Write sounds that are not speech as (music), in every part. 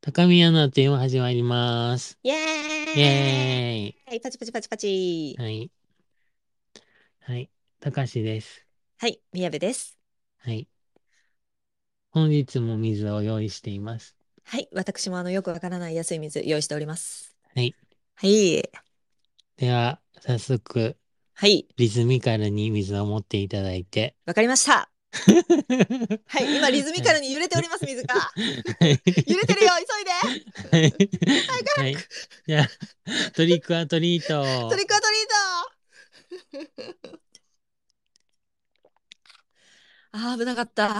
高宮の点を始まります。イエイーイェーイ。パチパチパチパチはい。はい。たかしです。はい、宮部です。はい。本日も水を用意しています。はい、私もあの、よくわからない安い水用意しております。はい。はい。では、早速、はい、リズミカルに水を持っていただいて。わかりました。ははい、今リズミカルに揺れております、水が。揺れてるよ、急いではい。はい。じゃあ、トリックアトリート。トリックアトリート (laughs) あー、危なかった。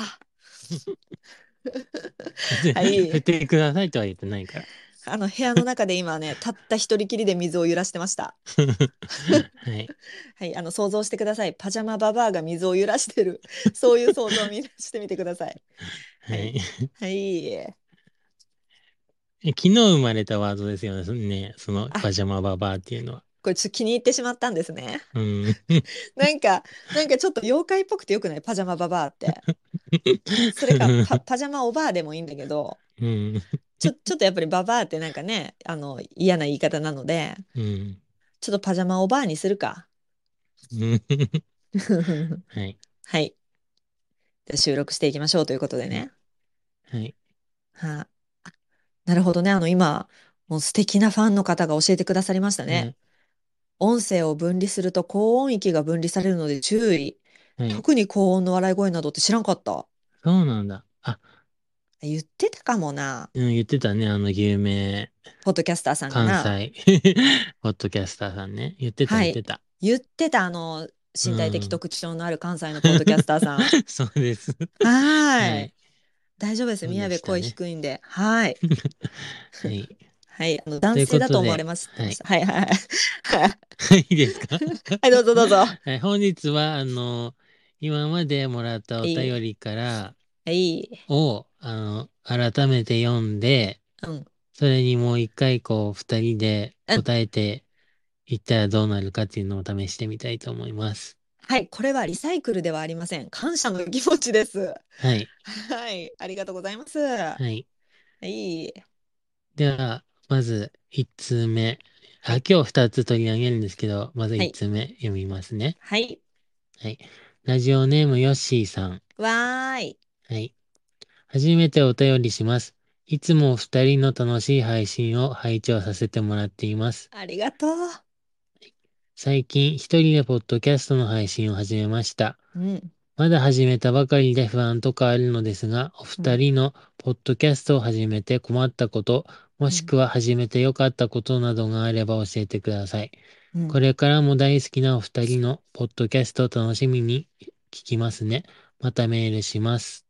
はい振ってくださいとは言ってないから。あの、部屋の中で今ね、たった一人きりで水を揺らしてました。はい。はい、あの想像してください。パジャマババアが水を揺らしてる。そういう想像をみんなしてみてください。はい。はい。え昨日生まれたワードですよねそのね。そのあパジャマババアっていうのは。これちょっと気に入ってしまったんですね。うん。なんか、なんかちょっと妖怪っぽくてよくないパジャマババアって。それかパ、パジャマおばあでもいいんだけど、うん。ちょ、ちょっとやっぱりババアってなんかね、あの、嫌な言い方なので、うん。ちょっとパジャマおばあにするか。 (laughs) うんはい。はい。で収録していきましょうということでね。はい。はあ、なるほどね。あの、今、もう素敵なファンの方が教えてくださりましたね。音声を分離すると高音域が分離されるので注意。うん。はい。特に高音の笑い声などって知らんかった。そうなんだ。あ、言ってたかもな。うん、言ってたね。あの、有名、ポッドキャスターさんが関な。西、 (laughs) ポッドキャスターさんね。言ってた、は言いってた。 (laughs) 言ってた、あの、身体う的ん特徴のある関西のポッドキャスタ (laughs) ーさん。はそうです。ーはいい。大丈夫です。そうで宮部したね声低いんで。はい。はい。はい。あの、男性だと思われます。というこはいはいはい。はい、いいです (laughs) かはい、どうぞどうぞ。ははい、本日は、あの、今までもらったお便りから、い。を、あの、改めて読んで、うん。それにもう一回こう二人で答えていったらどうなるかっていうのを試してみたいと思います。はい。これはリサイクルではありません。感謝の気持ちです。はい。はい。ありがとうございます。ははい。い。では、まず一通目。あ、今日二つ取り上げるんですけど、まずはい一通目読みますね。はい。ラジオネームヨッシーさん。わーい。はい。初めてお便りします。いつもお二人の楽しい配信を拝聴させてもらっています。ありがとう。最近一人でポッドキャストの配信を始めました。うん。まだ始めたばかりで不安とかあるのですが、お二人のポッドキャストを始めて困ったこと、もしくは始めてよかったことなどがあれば教えてください。うんこれからも大好きなお二人のポッドキャストを楽しみに聞きますね。またメールします。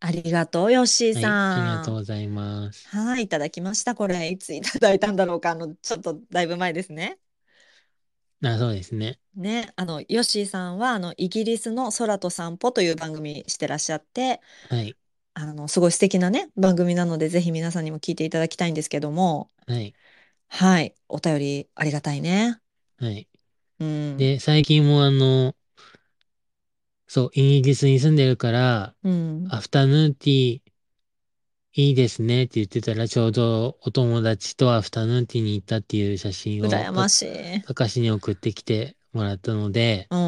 ありがとう、ヨッシーはい、さん。ありがとうございます。はい、いただきました。これ、いついただいたんだろうか。あの、ちょっとだいぶ前ですね。あ、そうですね。ね、あの、ヨッシーさんは、あの、イギリスの空と散歩という番組してらっしゃって、はい、あの、すごい素敵なね、番組なので、ぜひ皆さんにも聞いていただきたいんですけども、はい、はい、お便りありがたいね。はい。うん。で、最近もあの、そう、イギリスに住んでるから、うん。アフタヌーンティーいいですねって言ってたらちょうどお友達とアフタヌーンティーに行ったっていう写真を羨またしい。たかしに送ってきてもらったので、うん。うん。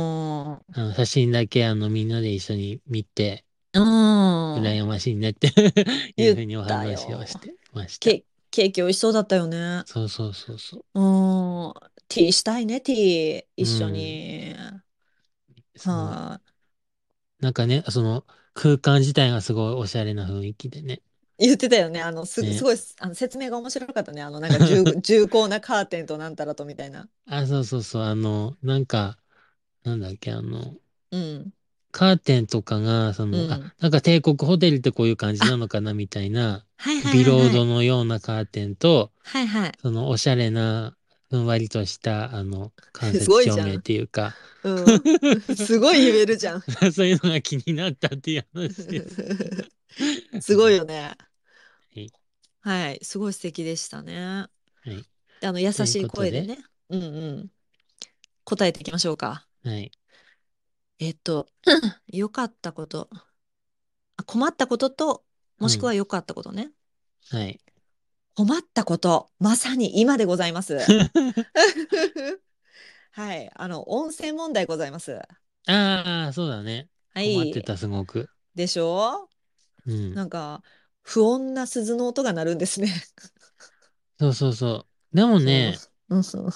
あの写真だけあのみんなで一緒に見て、羨ましいねって (laughs) いうふうにお話をしてました。ケケーキ美味しそうだったよね。そうそうそうそう。うーん、ティーしたいね、ティー、一緒に。そのはなんかね、その空間自体がすごいおしゃれな雰囲気でね。い。言ってたよね。あの、す、ねすごい、あの、説明が面白かったね。あの、なん (laughs) か重、重厚なカーテンとなんたらとみたいな。あ、そうそうそう、あの、なんか、なんだっけ、あの、うん。カーテンとかが、その、うんあ、なんか帝国ホテルってこういう感じなのかなみたいな、はいはいビローはいドのようなカーテンと、はい。はいはい。そのおしゃれな、ふんわりとした、あの、間接すごいじゃん照明っていうか、 (laughs) うん。すごい言えるじゃん。そういうのが気になったっていう話 (laughs) です。すごいよねい。はい。すごい素敵でしたね。はい。であの、優というしいこと声ででね。うんうん。答えていきましょうか。はい。えっと、 (clears throat) 良かったこと。あ困ったことと、もしくは良かったことね。はい。困ったこと、まさに今でございます。 (laughs) はい。あの、音声問題ございます。ああ、そうだね。は困ってい。た、すごく。でしょうん。なんか、不穏な鈴の音が鳴るんですね。そうそうそう。でもそう。ね、うんそう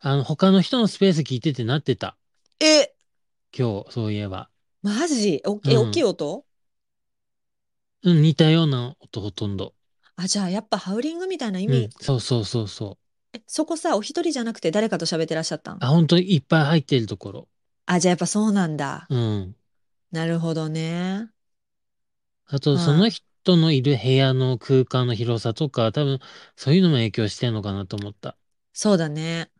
あの、他の人のスペース聞いててなってた。 (laughs) え、今日、そういえば。マジお、うえ、大きいん。音うん、似たような音、ほとんど。あ、じゃあ、やっぱハウリングみたいな意うん、味。そうそうそうそう。え、そこさ、お一人じゃなくて誰かと喋ってらっしゃったんあ、本当にいっぱい入ってるところ。あ、じゃあやっぱそうなんだ。うん。なるほどね。あと、そのは人のいる部屋の空間の広さとか、多分、そういうのも影響してんのかなと思った。い。そうだね。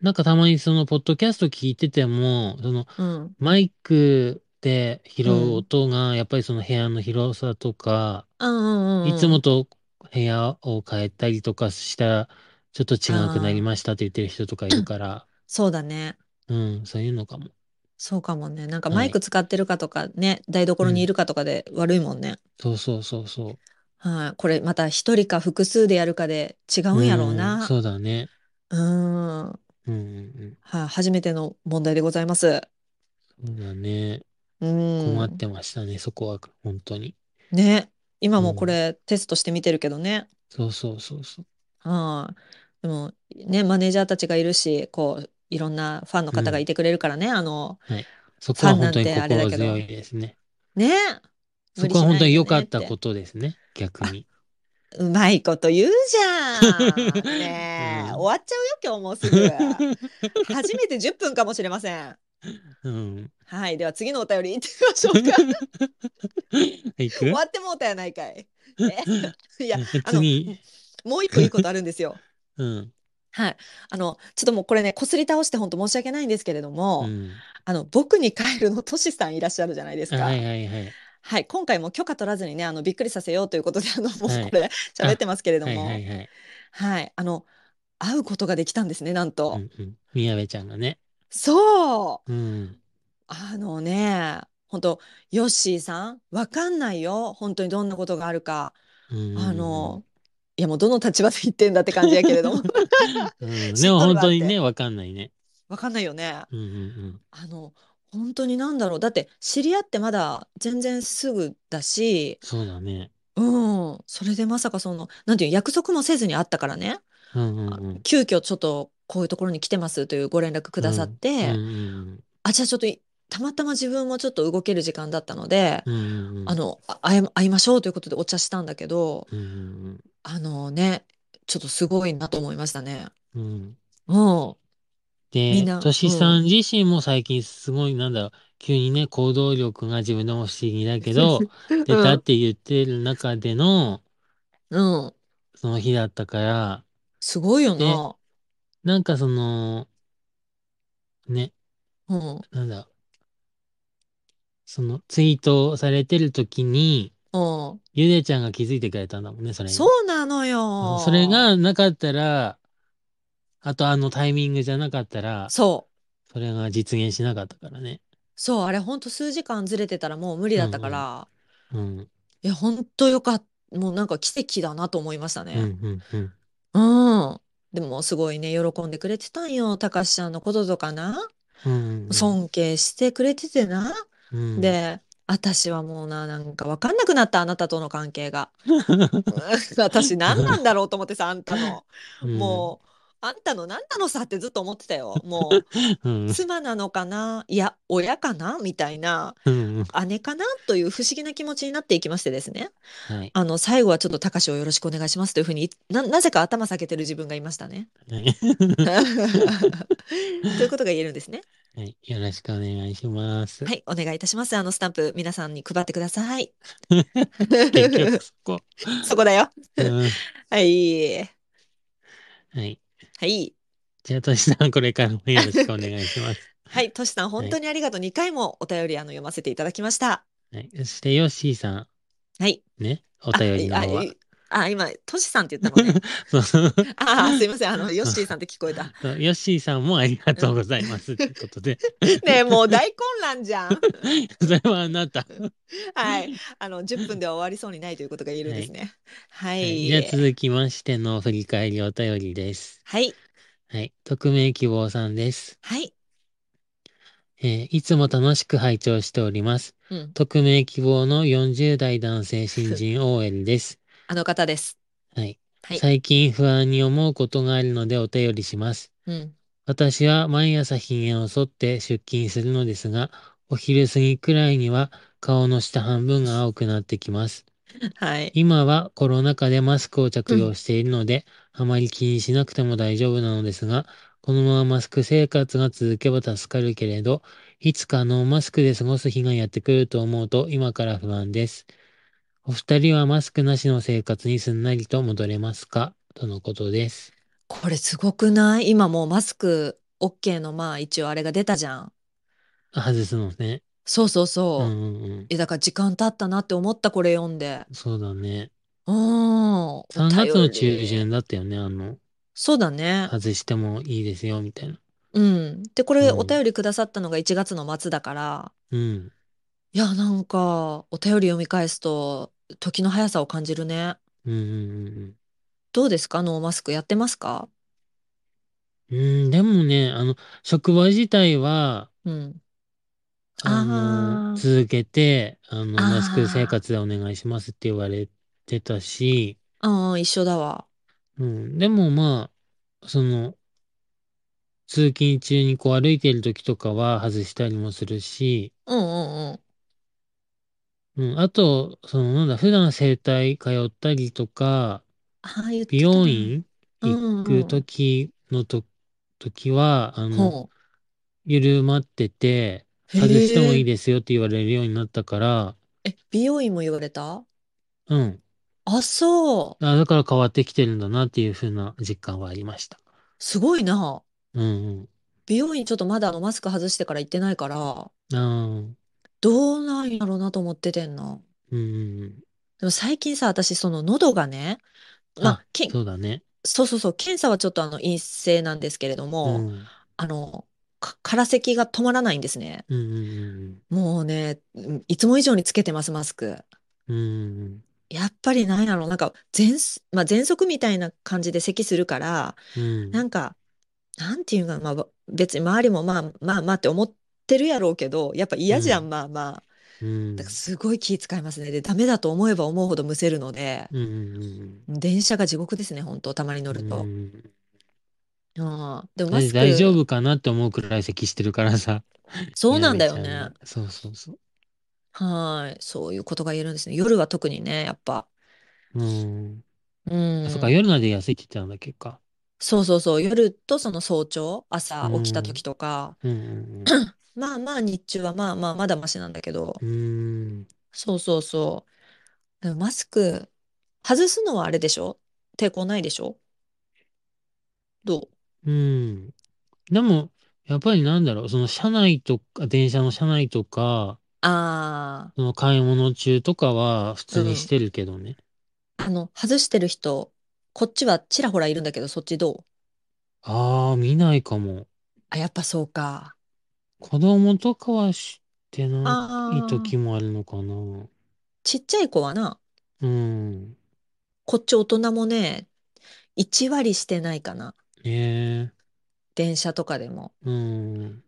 なんかたまにその、ポッドキャスト聞いてても、その、うん。マイクで拾う。うん音が、やっぱりその部屋の広さとか、うんうんいつうんうもん。と部屋を変えたりとかしたら、ちょっと違うくなりああ、ましたって言ってる人とかいるから、そうだね。うん、そういうのかも。そうかもね。なんかはマイい。ク使ってるかとかね、台う所にいん。るかとかで悪いもんね。そうそうそうそはい。これまた一人か複数でやるかで違うう。んやろううん、な。そうだね。うーん。はい、うんうんうん。初めての問題でございます。そうだね。う困っん。てましたね、そこは、本当に。ね。今うもこん。れテストしてみてるけどね。そうそうそうそう。はい。でも、ね、マネージャーたちがいるし、こう、いろんなファンのう方がいん。てくれるからね、あの、はい。そフこァはン本なん当にてあれだ心け強ど、いですね。ねえ、無そ理こはし本な当いにで良かねっったこて。とですね、逆あ、に。うまいこと言うじゃん。ねえ、 (laughs) うん。終わっちゃうよ、今日もう (laughs) すぐ。初めて10分かもしれません。うん。はい、では次のお便り行ってみましょうか。い終くわってもうたやないかい。 (laughs) え、いや、あの、次。もう一個いいことあるんですよ。うん。はい。あの、ちょっともうこれね、こすり倒して本当申し訳ないんですけれどうも、ん。あの、僕に帰るのトシさんいらっしゃるじゃないですあはいか。はいはい。はい。今回も許可取らずにね、あの、びっくりさせようということで、あの、もうはこい。れ喋ってあ、ますけれどはいはも、いはい。はい。あの、会うことができたんですね、なんうと。んうん。みやべちゃんがね。そう。うん。あのね、本当ヨッシーさん、わかんないよ。本当にどんなことがあるか。うんうあんの、いや、もうどの立場で言ってんだって感じやけ (laughs) れども。うん。うん。で知っもと本るわ当っにね、て。わかんないね。わかんないよね。うんうんうん。あの、本当になんだろう。だって、知り合ってまだ全然すぐだし、そうだね。うん。それでまさかその、なんていうの、約束もせずに会ったからね。うんうあんうん。急遽ちょっとこういうところに来てますというご連絡くうださっん。うんて、うんあ、じゃあちょっとい、たまたま自分もちょっと動ける時間だったので、うん。うんうあんの、あ会え、会いましょうということでお茶したんだけど、うん。うんうんあのね、ちょっとすごいなと思いましたね。うん。うん。みで、んな、とうしさんん。自身も最近すごい、なんだろう、急にね、行動力が自分でも不思議だけど、出た (laughs) うっん。て言ってる中での、うん。その日だったから、すごいよで、な。なんかその、ね、うん。なんだろう、その、ツイートをされてる時に、うん。ゆでちゃんが気づいてくれたんだもんね、それそに。うなのうんそれがよ。なかったら、あとあのタイミングじゃなかったら、そう。それが実現しなかったからね。そう、あれほんと数時間ずれてたらもう無理うだったかんら、うん。うん。いや、ほんとよかった。もうなんか奇跡だなと思いましたうね。んうんうん。うん。でもすごいね、喜んでくれてたんよ。たかしちゃんのこととかな。うん尊敬してくれててな。うんうん。で、私はもうな、なんかわかんなくなった、あなたとの関 (laughs) 係が。私何なんだろうと思ってさ、あんたの。うん。もう、あんたの何なのさってずっと思ってたよ。もう、うん。妻なのかないや、親かなみたいな、うん。姉かなという不思議な気持ちになっていきましてですね。はい。あの、最後はちょっと高しをよろしくお願いしますというふうに、いな、なぜか頭下げてる自分がいまし (laughs) たね。はい。ということが言えるんですね。はい。よろしくお願いします。はい、お願いいたします。あのスタンプ、皆さんに配ってください。 (laughs) 結局そこ。 (laughs) そこだよ。うん。はい。はい。はい。じゃあ、としさん、これからもよろしくお願いします。はい、トシさん、は本当い。にありがとう。2回もお便り、あの、読ませていただきました。はい。そして、ヨッシーさはい。ん。ね。おあ、便りいのあ、方は。いあ、今、トシさんって言ったの (laughs) ね。そうそうああ、すいません。あの、ヨッシーさんって聞こえた。そうヨッシーさんもありがう。とうんございますってこと (laughs) で。 (laughs) ねえ、もう大混乱じゃん。それはあなた。はい。 (laughs) あの、10分では終わりそうにないということが言えるんはですい。ね。ははいじゃあい。続きましての振り返りお便りです。はい。はい。匿名希望さんです。はい。えーいつも楽しく拝聴しております。うん。匿名希望の40代男性新人 OL です。 (laughs) あの方です。はい。はい。最近不安に思うことがあるのでお便りします。うん。私は毎朝ひげを剃って出勤するのですが、お昼過ぎくらいには顔の下半分が青くなってきます。はい。今はコロナ禍でマスクをう着用ん。しているので、あまり気にしなくても大丈夫なのですが、このままマスク生活が続けば助かるけれど、いつかノーマスクで過ごす日がやってくると思うと今から不安です。お二人はマスクなしの生活にすんなりと戻れますかとのことです。これすごくない今もうマスク OK のまあ一応あれが出たじゃん。あ外すのね。そうそううそう。んうんうえ、だから時間経ったなって思ったこれ読んで。ん。そうだね。うーん。お3月の便中り。旬だったよね。あの、そうだね。外してもいいですよ、みたいな。うん。で、こうれおん。便りくださったのが1月の末だから。うん。いや、なんか、お便り読み返すと、時の速さを感じるね。うんうんうんうん。どうですかノーマスクやってますかうん、でもね、あの、職場自体は、うん。あの、あー、続けて、あの、マスク生あ活でお願いしますって言われてたし、ー、うん、一緒だわ。うん、でもまあ、その、通勤中にこう歩いてる時とかは外したりもするし、うんうんうん。うん、あと、その、なんだ、普段整体通ったりとか、ああ、言美ってた容な。院う行んくうん。時のと、時は、あの、ほ緩まってて、う。外してもいへいえ。ですよって言われるようになったから、え、美容院も言われたうん。あ、そう。あ、だから変わってきてるんだなっていう風な実感はありました。すごいな。うん美容院ちょっとまだあのマスク外してから行ってないから、うん。ああ、どうなんやろうなと思っててんな。うんうんうん。でも最近さ、私その喉がね、あ、まあ、けん、そうだね。そうそうそう、検査はちょっとあの陰性なんですけれどうも、ん。あの、か、空咳が止まらないんですね。うんうんもうね、うんいつも以上につけてます、マスク。うん。うん。やっぱりなんやろう、なんか、喘息、まあ、喘息みたいな感じで咳するから、う。なんんか、なんていうか、まあ、ば別に周りもまあまあまあって思ってるやろうけど、やっぱう嫌じゃん。ん、まあまあ。うだからん。すごい気遣いますね。で、ダメだと思えば思うほどむせるので、うんうん電車が地獄ですね、本当たまに乗うるん。うん。と。ああ、でもだっマてス大丈ク、夫かなって思うくらい咳してるからさ、そうやなんめちだよゃうんね。だ。そうそうそう。はい。そういうことが言えるんですね。夜は特にね、やっぱ。うん。うあ、そっか、ん。夜なんで安いって言ってたんだっけか。そうそうそう。夜とその早朝、う朝起きたん。うん時とか、うんまあまあ日中はまあまあまだマシなんだけど、うん。うん。そうそうそう。でもマスク、外すのはあれでしょ抵抗ないでしょどううん。でも、やっぱりなんだろう、その車内とか、電車の車内とか、あその買い物中とかは普あー、通にうしん。てるけどね。あの、外してる人、こっちはちらほらいるんだけど、そっちどうああ、見ないかも。あ、やっぱそうか。子供とかはしてないああ、時もあるのかな。ちっちゃい子はな、うん。こっち大人もね、1割してないかな。ええ、電車とかでも。うん。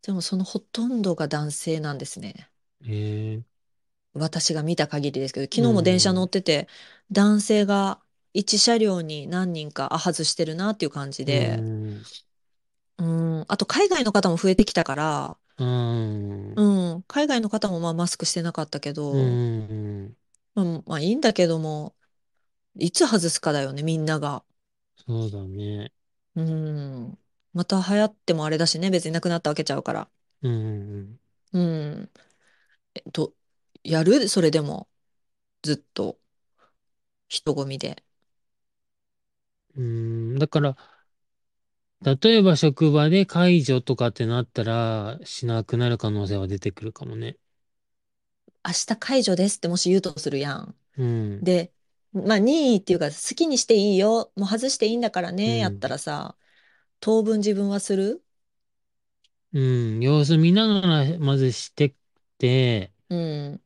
でもそのほとんどが男性なんですね。ええ、私が見た限りですけど、う昨日も電車乗っん。てて、男性が1車両に何人か、あ、外してるなっていう感じうで。ん。うん。あと海外の方も増えてきたから、うん。うん。海外の方もまあマスクしてなかったけうど、ん。まあ、まあいいんだけども、いつ外すかだよね、みんなが。そうだね。うん。また流行ってもあれだしね、別になくなったわけちゃうから。うん。うん。えっと、やるそれでも、ずっと、人混みで。うん。だから、例えば職場で解除とかってなったら、しなくなる可能性は出てくるかもね。明日解除ですってもし言うとするやん。うん。で、まあ任意っていうか好きにしていいよ、もう外していいんだからうね、やっん。たらさ、当分自分はするうん。様子見ながら、まずしてって、うん。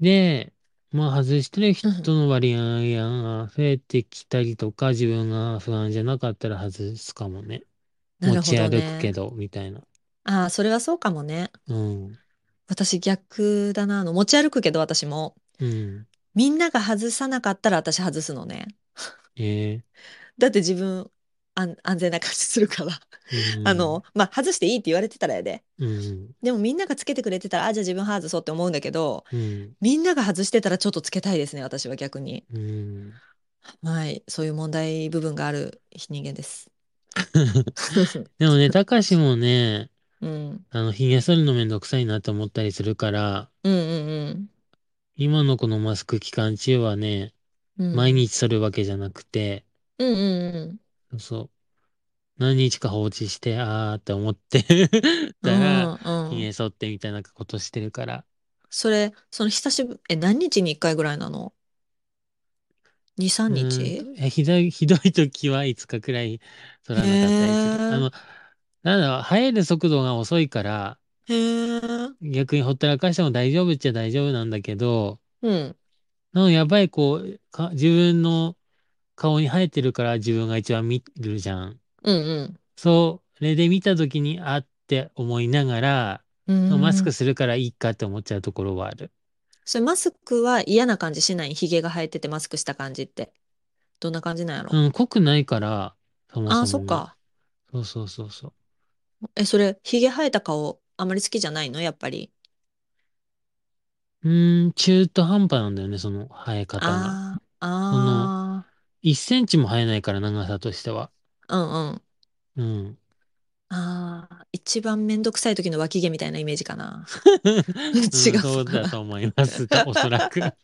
で、まあ外してるう人んの割合が増えてきたりとか、自分が不安じゃなかったら外すかもね。な持るほちど歩くけね。ど、みたいな。ああ、それはそうかもね。うん。私逆だな。あの、持ち歩くけど私も、うん。みんなが外さなかったら私外すのね。ええだって自分、安安全な感じするから。うあん。の、まあ、外していいって言われてたらやで。うん。でもみんながつけてくれてたら、あ、じゃあ自分外そうって思うんだけど、うん。みんなが外してたらちょっとつけたいですね、私は逆に。うん。はい、そういう問題部分がある人間です。 (laughs) でもね、たかしもね、うん、あの、ひげ剃るのめんどくさいなと思ったりするから、うんうん今のこのマスク期間中はね、うん。う毎ん、日剃るわけじゃなくて、うんうんうん。そう、何日か放置して、あーって思って (laughs) うたら、んひうん。げ剃ってみたいなことしてるから、それ、その久しぶり、え、何日に1回ぐらいなの ?2、3うーんと、日え、ひどい、 (laughs) ひどい時は5日くらい剃らなかったりする。あへえ、の、なんだろう、生える速度が遅いから、へえ、逆にほったらかしても大丈夫っちゃ大丈夫なんだけど、うん。なのやばい、こう、か、自分の顔に生えてるから自分が一番見るじゃん。うんそれで見た時に、あって思いながら、うマん。スうークん。するからいいかって思っちゃうところはある。それマスクは嫌な感じしないヒゲが生えててマスクした感じって。どんな感じなんやろうん、濃くないから、そもああー、そそっもが。か。そうそうそうそう。え、それ、ヒゲ生えた顔、あまり好きじゃないのやっぱり。うーん、中途半端なんだよね、その生え方が。あその、あ、あ1センチも生えないから、長さとしては。あ、ううんうん。ん。ああ、一番めんどくさい時の脇毛みたいなイメージかな。 (laughs) (laughs) 違うん、うそうのかだとな。思います。と、おそらく。 (laughs)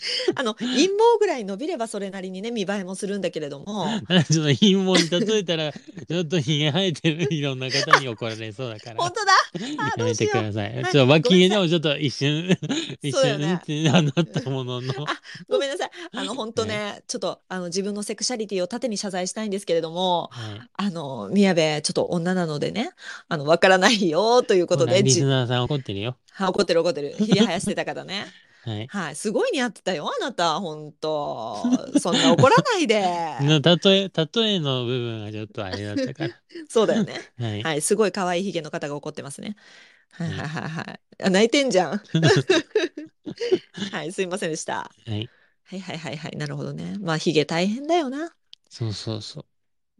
(laughs) あの、陰毛ぐらい伸びればそれなりにね、見栄えもするんだけれども、あちょっと陰謀に例えたら、ちょっとひげ生えてるいろんな方に怒られそうだから、本当だ。ああ、やどうめしてくよださい。う。はちい、ょっとご脇めんな毛でさい。もちょっと一瞬、一そうだよ瞬、んっね。てなっうたんもの (laughs) の、あ、ごめんなさい。あの、本当はい、ね、ちょっと、あの、自分のセクシャリティを盾に謝罪したいんですけれども、はい。あの、宮部、ちょっと女なのでね、あの、わからないよ、というこほとら、で、リスじ、ナーさん怒ってるよ。は怒ってる怒ってる。ひげ生やしてた方ね。 (laughs) はい。はい、すごい似合ってたよ、あなた、本当そんな怒らないで。 (laughs) の、例え、例えの部分がちょっとあれだったから。そうだよね。はい、はい、すごい可愛いひげの方が怒ってますね。はいははいい。はいはい。あ、泣いてんじゃん。はい、すいませんでした。はい。はいはいはいはい、なるほどね。まあ、ひげ大変だよな。そうそうそう。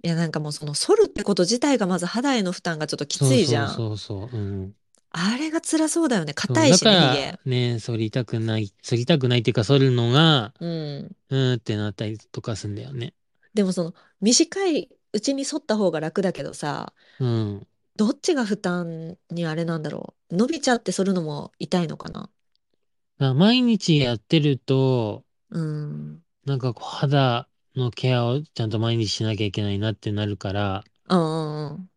いや、なんかもうその剃るってこと自体がまず肌への負担がちょっときそつういじそうゃん。そうそう。うん。あれが辛そうだよね。そ硬う、いだしかね、ひらげ。ね、剃りたくない、剃りたくないっていうか、剃るのが、うん。うーんってなったりとかすんだよね。でもその、短いうちに剃った方が楽だけどさ、うん。どっちが負担にあれなんだろう。伸びちゃって剃るのも痛いのかな。まあ毎日やってると、うん。なんかこう肌のケアをちゃんと毎日しなきゃいけないなってなるから、うんうんうん。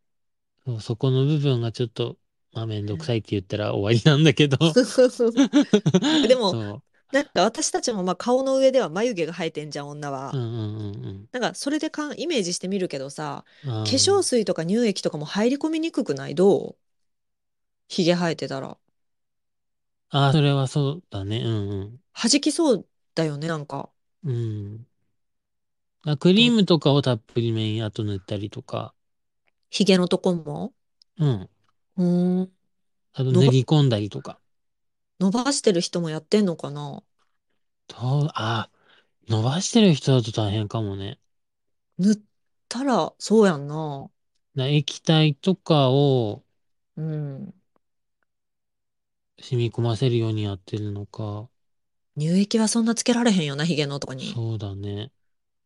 そうそこの部分がちょっと、まあめんどくさいって言ったら終わりなんだけど、でも、そなんか私たちもまあ顔の上では眉毛が生えてんじゃん、女う。うは。んうんなんかそれでかんイメージしてみるけどさ、うん化うん。粧あ水とか乳液とかも入り込みにくくないどうひげ生えてたら。あ、あーそれはそうだね。うん弾きそうだよね、なんか。うん。うん。あ、クリーど、ムとかをたっぷりめに後塗ったりとか、ひげのとこもうん。うーん。あと伸塗ば、り込んだりとか。伸ばしてる人もやってんのかなと、あ、伸ばしてる人だと大変かもね。塗ったら、そうやんな。な液体とかをうん。染み込ませるようにやってるのか。乳液はそんなつけられへんよな、ひげのとこに。そうだね。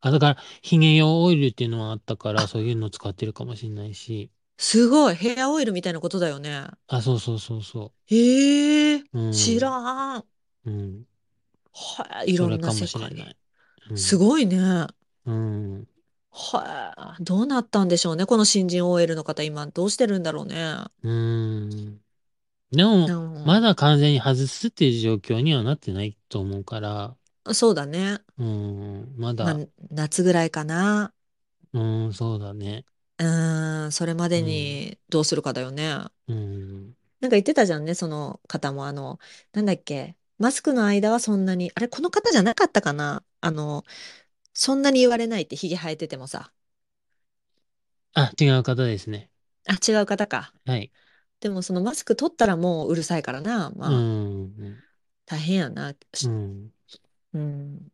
あ、だから、ヒゲ用オイルっていうのはあったから、あ、そういうの使ってるかもしれないし。すごい。ヘアオイルみたいなことだよね。あ、そうそうそうそええう。知うん。らん。うん。はい、いそろれんなかも世しれ界なに。い。うすん。ごいね。うん。はい、どうなったんでしょうね。この新人 OL の方、今、どうしてるんだろうね。うん。でも、うまん、だ完全に外すっていう状況にはなってないと思うから。そうだね。うん、ままあ、だ、夏ぐらいかな。うん、そうだね。うーん、それまうでん、にどうするかだよね。うん、なんか言ってたじゃんね、その方も。あの、なんだっけ。マスクの間はそんなに、あれ、この方じゃなかったかなあの、そんなに言われないって、ひげ生えててもさ。あ、違う方ですね。あ、違う方か。はい。でもそのマスク取ったらもううるさいからな。うまあ、ん、大変やな。うしん、うん。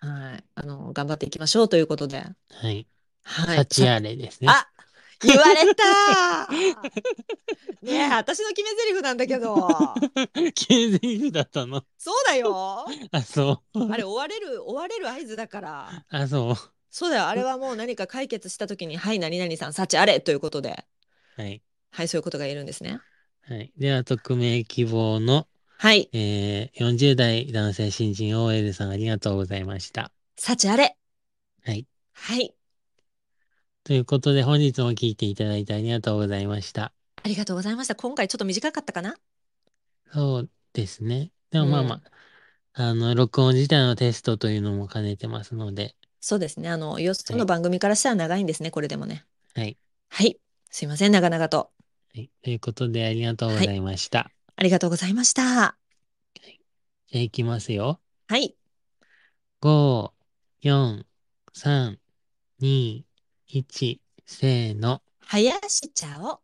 はい。あの、頑張っていきましょうということで。はい。はサい。チさ、アレですね。 (laughs) あ、言われたねえ、私の決め台詞なんだ (laughs) けど。経済部だったの。そうだよ。あ、そあれ、う。追われる、追われる合図だから。あ、そそうだよ。あれう。はもう何か解決した時に、はい、何々さん、幸あれということで。はい。はい、そういうことが言えるんですね。はい。では、匿名希望の、はい、えー、40代男性新人 OL さんありがとうございました。幸あれ。はい。はい、ということで、本日も聞いていただいてありがとうございました。ありがとうございました。今回ちょっと短かったかなそうですね。でうもまあまあ、ん。あの、録音自体のテストというのも兼ねてますので、そうですね。あの、よそはのい。番組からしたら長いんですね、これでもね。はい。はい、すいません、長々と。はい。ということで、ありがとうごはざい、いました。ありがとうございました。じゃあ、いきますよ。はい、 5、4、3、2、1、せーの。林茶を。